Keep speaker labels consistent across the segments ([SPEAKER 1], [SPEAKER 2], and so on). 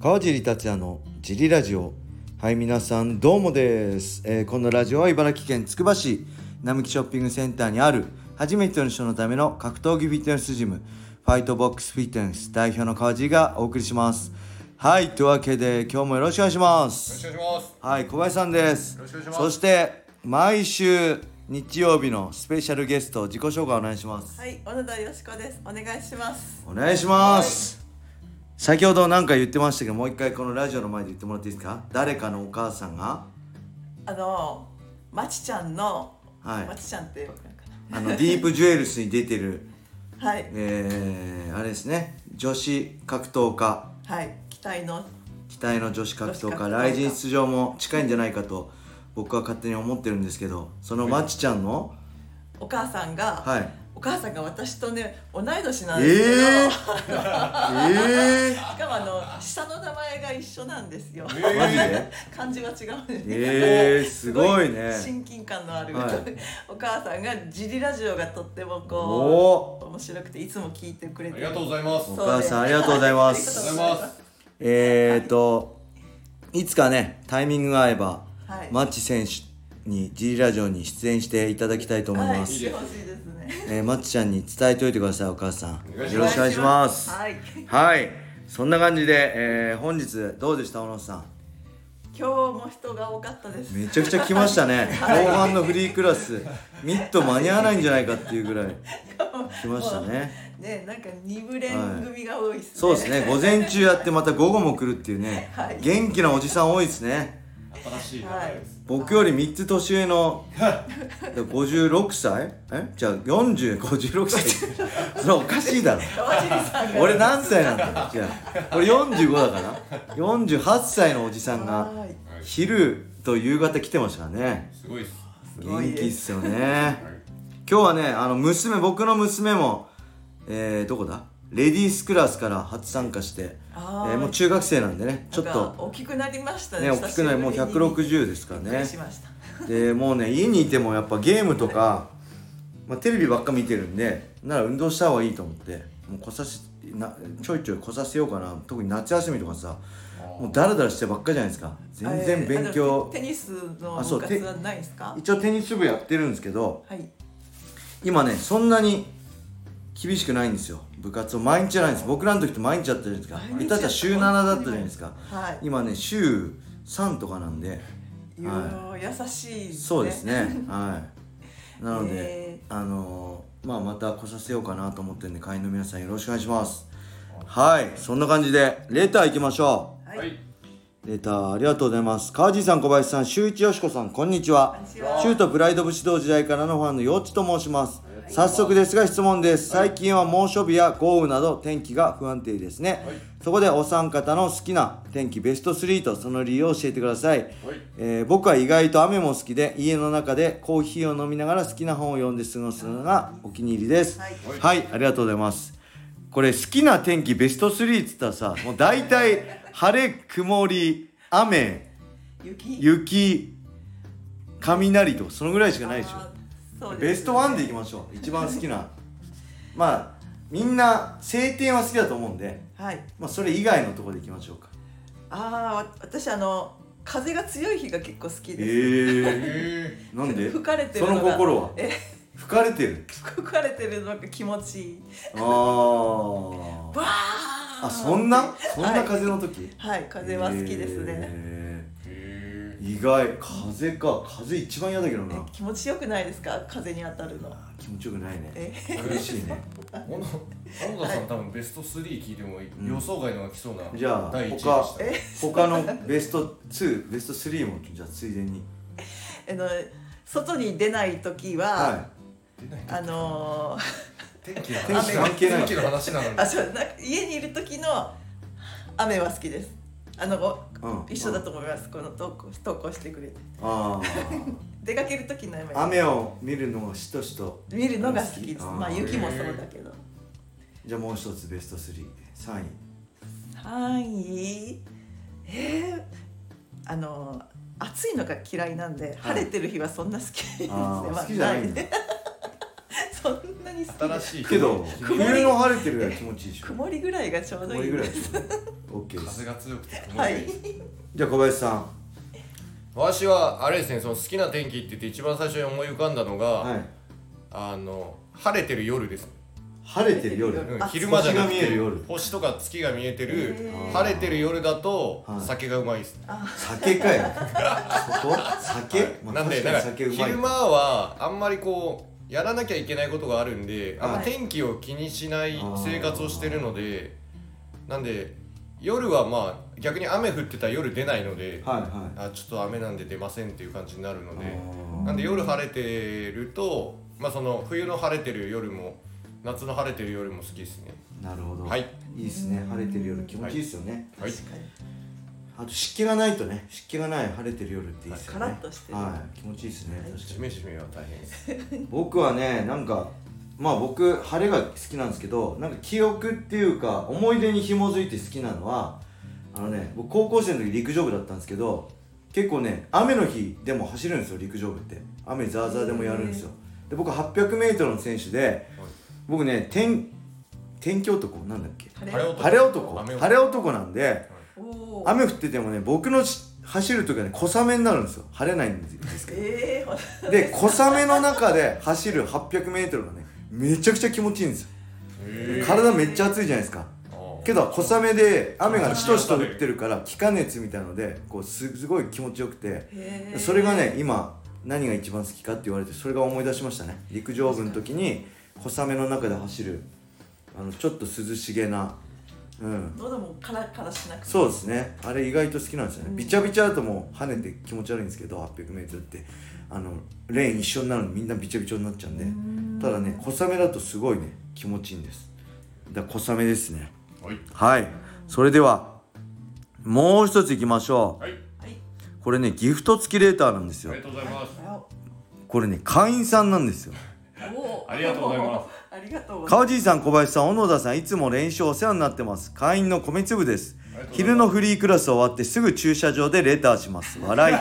[SPEAKER 1] 川尻達也のジリラジオはい皆さんどうもです、えーこのラジオは茨城県つくば市並木ショッピングセンターにある初めての人のための格闘技フィットネスジムファイトボックスフィットネス代表の川尻がお送りしますはいというわけで今日もよろしくお願いします
[SPEAKER 2] よろしくお願いします。
[SPEAKER 1] はい、小林さんです。
[SPEAKER 2] よろしくお願いします
[SPEAKER 1] そして、毎週日曜日のスペシャルゲスト、自己紹介お願いします。
[SPEAKER 3] はい、小野田よしこです。お願いします。
[SPEAKER 1] お願いします。先ほど何か言ってましたけど、もう一回このラジオの前で言ってもらっていいですか誰かのお母さんが、
[SPEAKER 3] あの、まちちゃんの、
[SPEAKER 1] はい
[SPEAKER 3] まちちゃんっていうのか
[SPEAKER 1] あの、ディープジュエルスに出てる、
[SPEAKER 3] な。はい、
[SPEAKER 1] えー、あれですね、女子格闘家、
[SPEAKER 3] はい、期待の、
[SPEAKER 1] 期待の女子格闘
[SPEAKER 3] 女子格
[SPEAKER 1] 家、
[SPEAKER 3] 闘家
[SPEAKER 1] 来人出場も近いんじゃないかと、僕は勝手に思ってるんですけど、そのまちちゃんの、
[SPEAKER 3] お母さんが、
[SPEAKER 1] はい。
[SPEAKER 3] お母さんが私とね、同い年なんですけど。
[SPEAKER 1] えー、えー、
[SPEAKER 3] しかもあの下の名前が一緒なんですよ。
[SPEAKER 2] えーマジ
[SPEAKER 1] で
[SPEAKER 3] 漢字が違うんです。
[SPEAKER 1] えーすごいね
[SPEAKER 3] すご親近感のある、
[SPEAKER 1] はい
[SPEAKER 3] お母さんがジリラジオがとってもこ
[SPEAKER 1] お
[SPEAKER 3] う面白くていつも聞いてくれ
[SPEAKER 2] あ
[SPEAKER 3] て
[SPEAKER 2] り
[SPEAKER 3] る
[SPEAKER 2] がとうございます。
[SPEAKER 1] お
[SPEAKER 2] あ
[SPEAKER 3] そう
[SPEAKER 1] 母さんありがとうございま
[SPEAKER 2] りがと
[SPEAKER 1] す
[SPEAKER 2] うございます。
[SPEAKER 1] えーといつかねタイミングが合えば、
[SPEAKER 3] はい
[SPEAKER 1] マッチ選手に G ラジオに出演していただきたいと思いま
[SPEAKER 3] は
[SPEAKER 1] す、
[SPEAKER 3] い、来てほしいですね。
[SPEAKER 1] えーマッチちゃんに伝えておいてくださいお母さん
[SPEAKER 2] お願いします
[SPEAKER 1] よろしくお願いします
[SPEAKER 3] はい。
[SPEAKER 1] はい、そんな感じで、えー本日どうでした小野さん
[SPEAKER 3] 今日も人が多かったです。
[SPEAKER 1] めちゃくちゃ来ました ね後半のフリークラスミット間に合わないんじゃないかっていうぐらい来ましたね
[SPEAKER 3] ね、なんか二部連組が多いですね。
[SPEAKER 1] そうですね、午前中やってまた午後も来るっていうね、
[SPEAKER 3] はい
[SPEAKER 1] 元気なおじさん多いですね。
[SPEAKER 2] 新しい名
[SPEAKER 3] は
[SPEAKER 2] 前
[SPEAKER 3] い
[SPEAKER 2] です。。
[SPEAKER 1] 僕より3つ年上の56歳えじゃあ4056歳それおかしいだろ
[SPEAKER 3] 川尻さんが。
[SPEAKER 1] 俺何歳なんだよじゃあ俺45だから48歳のおじさんが
[SPEAKER 3] はい
[SPEAKER 1] 昼と夕方来てましたからね
[SPEAKER 2] すごいです。
[SPEAKER 3] ごい
[SPEAKER 1] 元気っすよね
[SPEAKER 2] はい
[SPEAKER 1] 今日はねあの娘僕の娘もえー、どこだレディースクラスから初参加して、え
[SPEAKER 3] あー
[SPEAKER 1] ーもう中学生なんでねちょっ
[SPEAKER 3] なんか
[SPEAKER 1] と
[SPEAKER 3] 大きくなりましたね。
[SPEAKER 1] ね大きくないもう
[SPEAKER 3] 久しぶりに
[SPEAKER 1] 160ですから
[SPEAKER 3] びっく
[SPEAKER 1] ね
[SPEAKER 3] りしました。
[SPEAKER 1] でもうね家にいてもやっぱゲームとか、まあ、テレビばっか見てるんでなら運動した方がいいと思ってもう来さしなちょいちょい来させようかな特に夏休みとかさもうダラダラしてばっかじゃないですか全然
[SPEAKER 3] あ
[SPEAKER 1] 勉
[SPEAKER 3] えーあでも
[SPEAKER 1] 強
[SPEAKER 3] テニスの
[SPEAKER 1] あそ
[SPEAKER 3] 部
[SPEAKER 1] うて
[SPEAKER 3] 活はないですか。
[SPEAKER 1] 一応テニス部やってるんですけど
[SPEAKER 3] はい。
[SPEAKER 1] 今ねそんなに厳しくないんですよ部活を毎日じゃないんです僕らの時って毎日やったじゃないですか
[SPEAKER 3] 毎
[SPEAKER 1] 下手し
[SPEAKER 3] 日
[SPEAKER 1] たら週7だったじゃないですか
[SPEAKER 3] はい。
[SPEAKER 1] 今ね週3とかなんで
[SPEAKER 3] いろいろ優しいですね。
[SPEAKER 1] そうです ねはいなので、
[SPEAKER 3] え
[SPEAKER 1] あのーまあまた来させようかなと思ってるんで会員の皆さんよろしくお願いしますはいそんな感じでレター行きましょ
[SPEAKER 3] は。
[SPEAKER 2] はいい。は
[SPEAKER 3] こん
[SPEAKER 2] い
[SPEAKER 3] に。
[SPEAKER 1] うレターありがとうございます川地さん小林さん周一よしこさんこんにちは
[SPEAKER 3] ちは。
[SPEAKER 1] 中途プライド武士道時代からのファンの幼稚と申します早速ですが質問です最近は猛暑日や豪雨など天気が不安定ですね、
[SPEAKER 2] はい
[SPEAKER 1] そこでお三方の好きな天気ベスト3とその理由を教えてください、えー僕は意外と雨も好きで家の中でコーヒーを飲みながら好きな本を読んで過ごすのがお気に入りです
[SPEAKER 3] はい
[SPEAKER 1] はい、ありがとうございますこれ好きな天気ベスト3っつったらさもう大体晴れ曇り雨
[SPEAKER 3] 雪。
[SPEAKER 1] 雪雷とかそのぐらいしかないでしょ
[SPEAKER 3] あーそうですね
[SPEAKER 1] ベストワンでいきましょう一番好きなまあみんな晴天は好きだと思うんで、
[SPEAKER 3] はい。
[SPEAKER 1] まあ、それ以外のところでいきましょうか
[SPEAKER 3] ああ、わ私あの風が強い日が結構好きです。
[SPEAKER 1] え
[SPEAKER 2] え
[SPEAKER 1] ー、 なんで
[SPEAKER 3] 吹かれてるのが
[SPEAKER 1] その心は
[SPEAKER 3] え
[SPEAKER 1] 吹かれてる
[SPEAKER 3] 吹かれてるのが気持ちいい
[SPEAKER 1] あー
[SPEAKER 3] バーン
[SPEAKER 1] あそんなそんな風の時、
[SPEAKER 3] はい風は好きですね、
[SPEAKER 1] え
[SPEAKER 2] ー、え
[SPEAKER 1] ー意外風か風一番嫌だけどな
[SPEAKER 3] え気持ちよくないですか風に当たるの
[SPEAKER 1] あー気持ちよくないね
[SPEAKER 3] え
[SPEAKER 1] 苦しいね
[SPEAKER 2] ー。小野小野田さん多分ベスト3聞いても
[SPEAKER 1] ん
[SPEAKER 2] 予想外のが来そうな
[SPEAKER 1] じゃあ
[SPEAKER 2] 第一位でした。
[SPEAKER 3] え
[SPEAKER 1] 他のベスト2ベスト3もじゃあついでに
[SPEAKER 3] あの外に出ない時は、
[SPEAKER 1] は
[SPEAKER 2] 出ない
[SPEAKER 3] あのー、
[SPEAKER 2] 天気の
[SPEAKER 1] 天
[SPEAKER 2] 話
[SPEAKER 1] 気関係ない
[SPEAKER 2] 天気の話なのに。
[SPEAKER 3] あそうな家にいる時の雨は好きですあのお
[SPEAKER 1] い、うん、
[SPEAKER 3] 一緒だと思います、この投稿投稿してくれて
[SPEAKER 1] ああ
[SPEAKER 3] 出かける時の雨
[SPEAKER 1] 雨を見るのがしとしと
[SPEAKER 3] 見るのが好きです
[SPEAKER 1] あー
[SPEAKER 3] まあ雪もそうだけど
[SPEAKER 1] じゃあもう一つベスト33位
[SPEAKER 3] 範囲えー、あの暑いのが嫌いなんで、晴れてる日はそんな好きですね、
[SPEAKER 1] あ
[SPEAKER 3] ま
[SPEAKER 1] あ
[SPEAKER 3] あ
[SPEAKER 1] 好きじゃないんだ
[SPEAKER 3] い そんななに好き
[SPEAKER 2] 新
[SPEAKER 3] い
[SPEAKER 2] しい
[SPEAKER 1] けど
[SPEAKER 3] 曇り
[SPEAKER 1] 冬の晴れてるやら気持ちいいでしょ
[SPEAKER 3] 曇りぐらいがちょうど
[SPEAKER 1] 曇
[SPEAKER 3] い
[SPEAKER 1] り
[SPEAKER 3] い
[SPEAKER 1] ぐら
[SPEAKER 3] で
[SPEAKER 1] い
[SPEAKER 3] す
[SPEAKER 1] ですね OK です
[SPEAKER 2] 風が強くて曇りが
[SPEAKER 3] はいい
[SPEAKER 2] い
[SPEAKER 1] じゃあ小林さん
[SPEAKER 2] わしはあれですねその好きな天気って言って一番最初に思い浮かんだのが、
[SPEAKER 1] はい
[SPEAKER 2] あの晴れてる夜です、
[SPEAKER 1] 晴れてる夜
[SPEAKER 2] うん
[SPEAKER 3] あ
[SPEAKER 2] 昼間じゃなくて
[SPEAKER 1] 星が見える夜
[SPEAKER 2] 星とか月が見えてる
[SPEAKER 3] へ
[SPEAKER 1] ー
[SPEAKER 2] 晴れてる夜だと
[SPEAKER 1] はい
[SPEAKER 2] 酒がうまいです、
[SPEAKER 1] 酒かよそこ酒、
[SPEAKER 2] はい
[SPEAKER 1] まあ
[SPEAKER 2] なんで
[SPEAKER 1] 確
[SPEAKER 2] な
[SPEAKER 1] か
[SPEAKER 2] ん
[SPEAKER 1] に酒
[SPEAKER 2] か
[SPEAKER 1] うまい
[SPEAKER 2] 昼間はあんまりこうやらなきゃいけないことがあるんで、あんま
[SPEAKER 3] はい
[SPEAKER 2] 天気を気にしない
[SPEAKER 1] あー
[SPEAKER 2] 生活をしてるのでなんで夜はまあ逆に雨降ってたら夜出ないので、
[SPEAKER 1] はいはい
[SPEAKER 2] あちょっと雨なんで出ませんっていう感じになるので。
[SPEAKER 1] あ
[SPEAKER 2] なんで夜晴れてると、まあ、その冬の晴れてる夜も夏の晴れてる夜も好きですね
[SPEAKER 1] ーなるほど、
[SPEAKER 2] はい、
[SPEAKER 1] いいですね晴れてる夜気持ちいいですよね、
[SPEAKER 2] はい
[SPEAKER 3] 確かに
[SPEAKER 1] あと湿気がないとね湿気がない晴れてる夜っていいですよね
[SPEAKER 3] カラッとしてる
[SPEAKER 1] はい気持ちいいですね確か
[SPEAKER 2] しめしめは大変です
[SPEAKER 1] に僕はねなんかまあ僕晴れが好きなんですけどなんか記憶っていうか思い出に紐づいて好きなのはあのね僕高校生の時陸上部だったんですけど結構ね雨の日でも走るんですよ陸上部って雨ザーザーでもやるんですよで僕 800m の選手で僕ね天天気男なんだっけ
[SPEAKER 3] 晴
[SPEAKER 2] 晴れ
[SPEAKER 3] れ
[SPEAKER 2] 男
[SPEAKER 1] 晴れ男
[SPEAKER 2] 雨
[SPEAKER 1] 晴れ男なんで
[SPEAKER 3] おおー
[SPEAKER 1] 雨降っててもね僕のし走る時はね小雨になるんですよ晴れないんですけ
[SPEAKER 3] ええー、
[SPEAKER 1] どで小雨の中で走る 800m がねめちゃくちゃ気持ちいいんですよ
[SPEAKER 2] へー
[SPEAKER 1] 体めっちゃ熱いじゃないですか
[SPEAKER 2] あ
[SPEAKER 1] けど小雨で雨がしとしと降ってるから気化熱みたいのでこうすすごい気持ちよくて
[SPEAKER 3] へー
[SPEAKER 1] それがね今何が一番好きかって言われてそれが思い出しましたね陸上部の時に小雨の中で走るあのちょっと涼しげなうん
[SPEAKER 3] 喉もカラカラしなくて
[SPEAKER 1] そうですねあれ意外と好きなんですよね、
[SPEAKER 3] うん
[SPEAKER 1] びちゃびちゃだともう跳ねて気持ち悪いんですけど 800m ってあのレーン一緒になるのみんなびちゃびちゃになっちゃうんで
[SPEAKER 3] ん
[SPEAKER 1] ただね小雨だとすごいね気持ちいいんですだから小雨ですね
[SPEAKER 2] はい
[SPEAKER 1] はいそれではもう一ついきましょ
[SPEAKER 2] はい、
[SPEAKER 3] はい、
[SPEAKER 1] うこれねギフト付きレーターなんです
[SPEAKER 2] あ
[SPEAKER 1] よ
[SPEAKER 2] りがとうございます
[SPEAKER 1] これね会員さんなんですよ
[SPEAKER 3] おー
[SPEAKER 2] ありがとうございます
[SPEAKER 3] ありがとうござい
[SPEAKER 1] 川尻さん小林さん小野田さんいつも練習お世話になってます会員の米粒です
[SPEAKER 2] ありがとうございます
[SPEAKER 1] 昼のフリークラス終わってすぐ駐車場でレターします笑い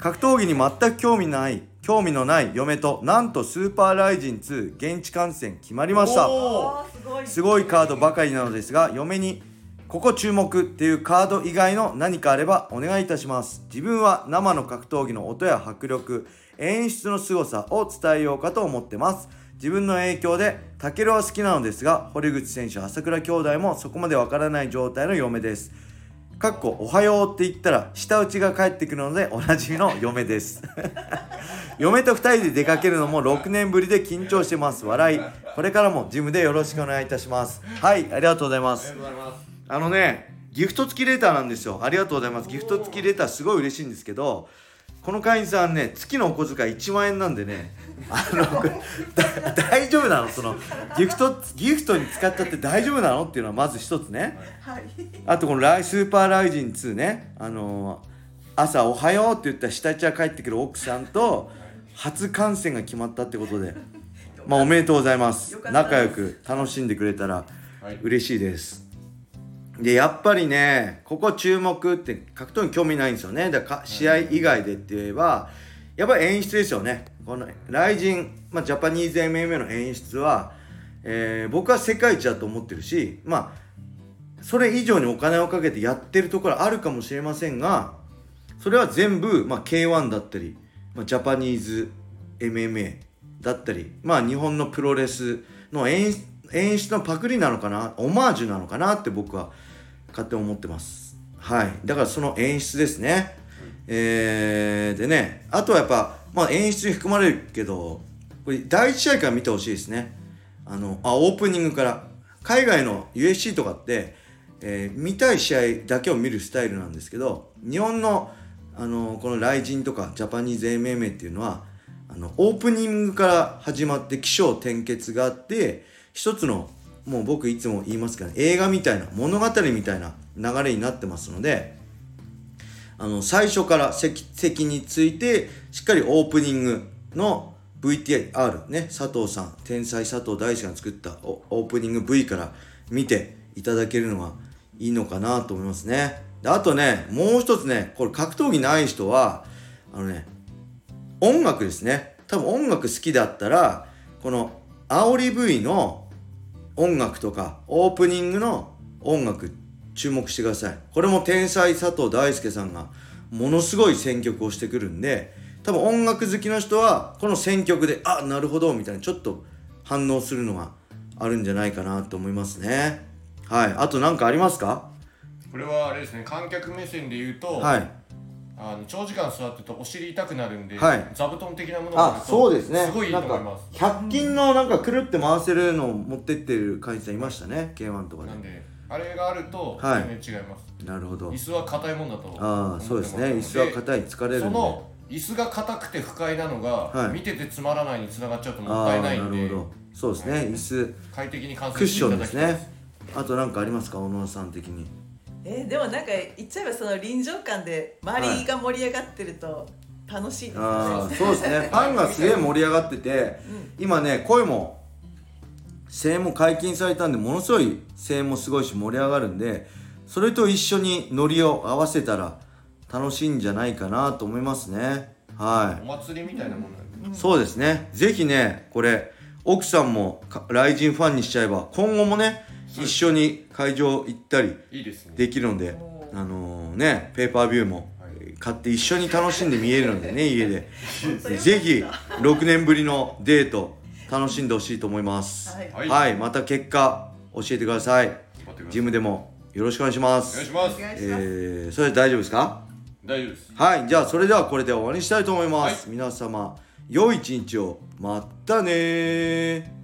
[SPEAKER 1] 格闘技に全く興味ない興味のない嫁となんとスーパーライジン2現地観戦決まりました
[SPEAKER 2] お
[SPEAKER 3] ますあーすごい
[SPEAKER 1] すごいカードばかりなのですが嫁にここ注目っていうカード以外の何かあればお願いいたします自分は生の格闘技の音や迫力演出の凄さを伝えようかと思ってます自分の影響でタケルは好きなのですが堀口選手朝倉兄弟もそこまでわからない状態の嫁ですかっこおはようって言ったら舌打ちが返ってくるのでおなじみの嫁です 嫁と2人で出かけるのも6年ぶりで緊張してます笑いこれからもジムでよろしくお願いいたしますはいありがとうございま
[SPEAKER 2] ありが
[SPEAKER 1] す
[SPEAKER 2] とうございます
[SPEAKER 1] あのねギフト付きレターなんですよありがとうございますギフト付きレターすごい嬉しいんですけどこの会員さんね月のお小遣い1万円なんでねあの これだ 大丈夫なのそのギフトギフトに使っちゃって大丈夫なのっていうのはまず一つね
[SPEAKER 3] はい
[SPEAKER 1] あとこのライ「スーパーライジン2ね」あのー朝「おはよう」って言ったら下ちは帰ってくる奥さんと初観戦が決まったってことでまあおめでとうございます
[SPEAKER 3] よかったです
[SPEAKER 1] 仲良く楽しんでくれたら
[SPEAKER 2] はい
[SPEAKER 1] 嬉しいですでやっぱりねここ注目って格闘に興味ないんですよねだからか試合以外でって言えばやっぱり演出ですよねこの雷神、まあ、ジャパニーズ MMA の演出は、えー僕は世界一だと思ってるしまあそれ以上にお金をかけてやってるところあるかもしれませんがそれは全部、まあ、K1 だったり、まあ、ジャパニーズ MMA だったり、まあ、日本のプロレスの演演出のパクリなのかなオマージュなのかなって僕は勝手に思ってますはいだからその演出ですねえー、でねあとはやっぱ、まあ、演出に含まれるけどこれ第1試合から見てほしいですねあのあオープニングから海外の UFC とかって、えー見たい試合だけを見るスタイルなんですけど日本のあのこの雷神とかジャパニーズ MMA っていうのはあのオープニングから始まって起承転結があって一つのもう僕いつも言いますけど映画みたいな物語みたいな流れになってますのであの最初から席席についてしっかりオープニングの VTR ね佐藤さん天才佐藤大志が作ったオオープニング V から見ていただけるのがいいのかなと思いますねであとねもう一つねこれ格闘技ない人はあのね音楽ですね多分音楽好きだったらこの煽り V の音楽とかオープニングの音楽注目してくださいこれも天才佐藤大輔さんがものすごい選曲をしてくるんで多分音楽好きの人はこの選曲であなるほどみたいなちょっと反応するのがあるんじゃないかなと思いますねはいあと何かありますか
[SPEAKER 2] これはあれですね観客目線で言うと、
[SPEAKER 1] はい
[SPEAKER 2] あの長時間座ってるとお尻痛くなるんで、
[SPEAKER 1] はい
[SPEAKER 2] 座布団的なものがある
[SPEAKER 1] あ
[SPEAKER 2] と
[SPEAKER 1] そうですね
[SPEAKER 2] すごいいいと思います
[SPEAKER 1] なんか100均のなんかくるって回せるのを持ってってる会社いましたね K1 とかで
[SPEAKER 2] なんであれがあると
[SPEAKER 1] はい
[SPEAKER 2] 全然違います、
[SPEAKER 1] なるほど
[SPEAKER 2] 椅子は硬いもんだと思って
[SPEAKER 1] ああそうですね
[SPEAKER 2] もらっ
[SPEAKER 1] 椅
[SPEAKER 2] たの
[SPEAKER 1] 子は硬い疲れる
[SPEAKER 2] そ
[SPEAKER 1] んで
[SPEAKER 2] の椅子が硬くて不快なのが、
[SPEAKER 1] はい
[SPEAKER 2] 見ててつまらないにつながっちゃうとも
[SPEAKER 1] ああ
[SPEAKER 2] った
[SPEAKER 1] ー
[SPEAKER 2] いない
[SPEAKER 1] なんる
[SPEAKER 2] で
[SPEAKER 1] ほどそうですね椅子
[SPEAKER 2] 快適に完
[SPEAKER 1] クッ
[SPEAKER 2] 成し
[SPEAKER 1] シ
[SPEAKER 2] てい
[SPEAKER 1] ョ
[SPEAKER 2] た
[SPEAKER 1] ン
[SPEAKER 2] だ
[SPEAKER 1] で
[SPEAKER 2] き
[SPEAKER 1] す
[SPEAKER 2] たいです
[SPEAKER 1] ねあと何かありますか小野さん的に
[SPEAKER 3] えーでもなんか言っちゃえばその臨場感で周りが盛り上がってると楽しいですね、
[SPEAKER 1] ああそうです ねファンがすげえ盛り上がってて今ね声も声援も解禁されたんでものすごい声援もすごいし盛り上がるんでそれと一緒にノリを合わせたら楽しいんじゃないかなと思いますねはい
[SPEAKER 2] お祭りみたいなもんなんで、
[SPEAKER 1] そうですね。ぜひね、これ、奥さんもか雷神ファンにしちゃえば、今後もね、
[SPEAKER 2] そう
[SPEAKER 1] 一
[SPEAKER 2] です
[SPEAKER 1] 緒に会場行ったり
[SPEAKER 2] いいですね
[SPEAKER 1] できるので
[SPEAKER 3] お、ー
[SPEAKER 1] あのね、ペーパービューも
[SPEAKER 2] はい
[SPEAKER 1] 買って一緒に楽しんで見えるので ね、家で。
[SPEAKER 3] 当よかった
[SPEAKER 1] ぜひ、6年ぶりのデート、楽しんでほしいと思います。
[SPEAKER 3] はい
[SPEAKER 2] はい
[SPEAKER 1] はい、また結果、教えてください。
[SPEAKER 2] 頑張ってください
[SPEAKER 1] ジムでもよろしくお願いしま
[SPEAKER 2] お願いし
[SPEAKER 1] す。
[SPEAKER 2] ます
[SPEAKER 3] お願いします、
[SPEAKER 1] えー、それで大丈夫ですか
[SPEAKER 2] 大丈夫です
[SPEAKER 1] はい、じゃあそれではこれで終わりにしたいと思います。皆様、良い一日を。またねー。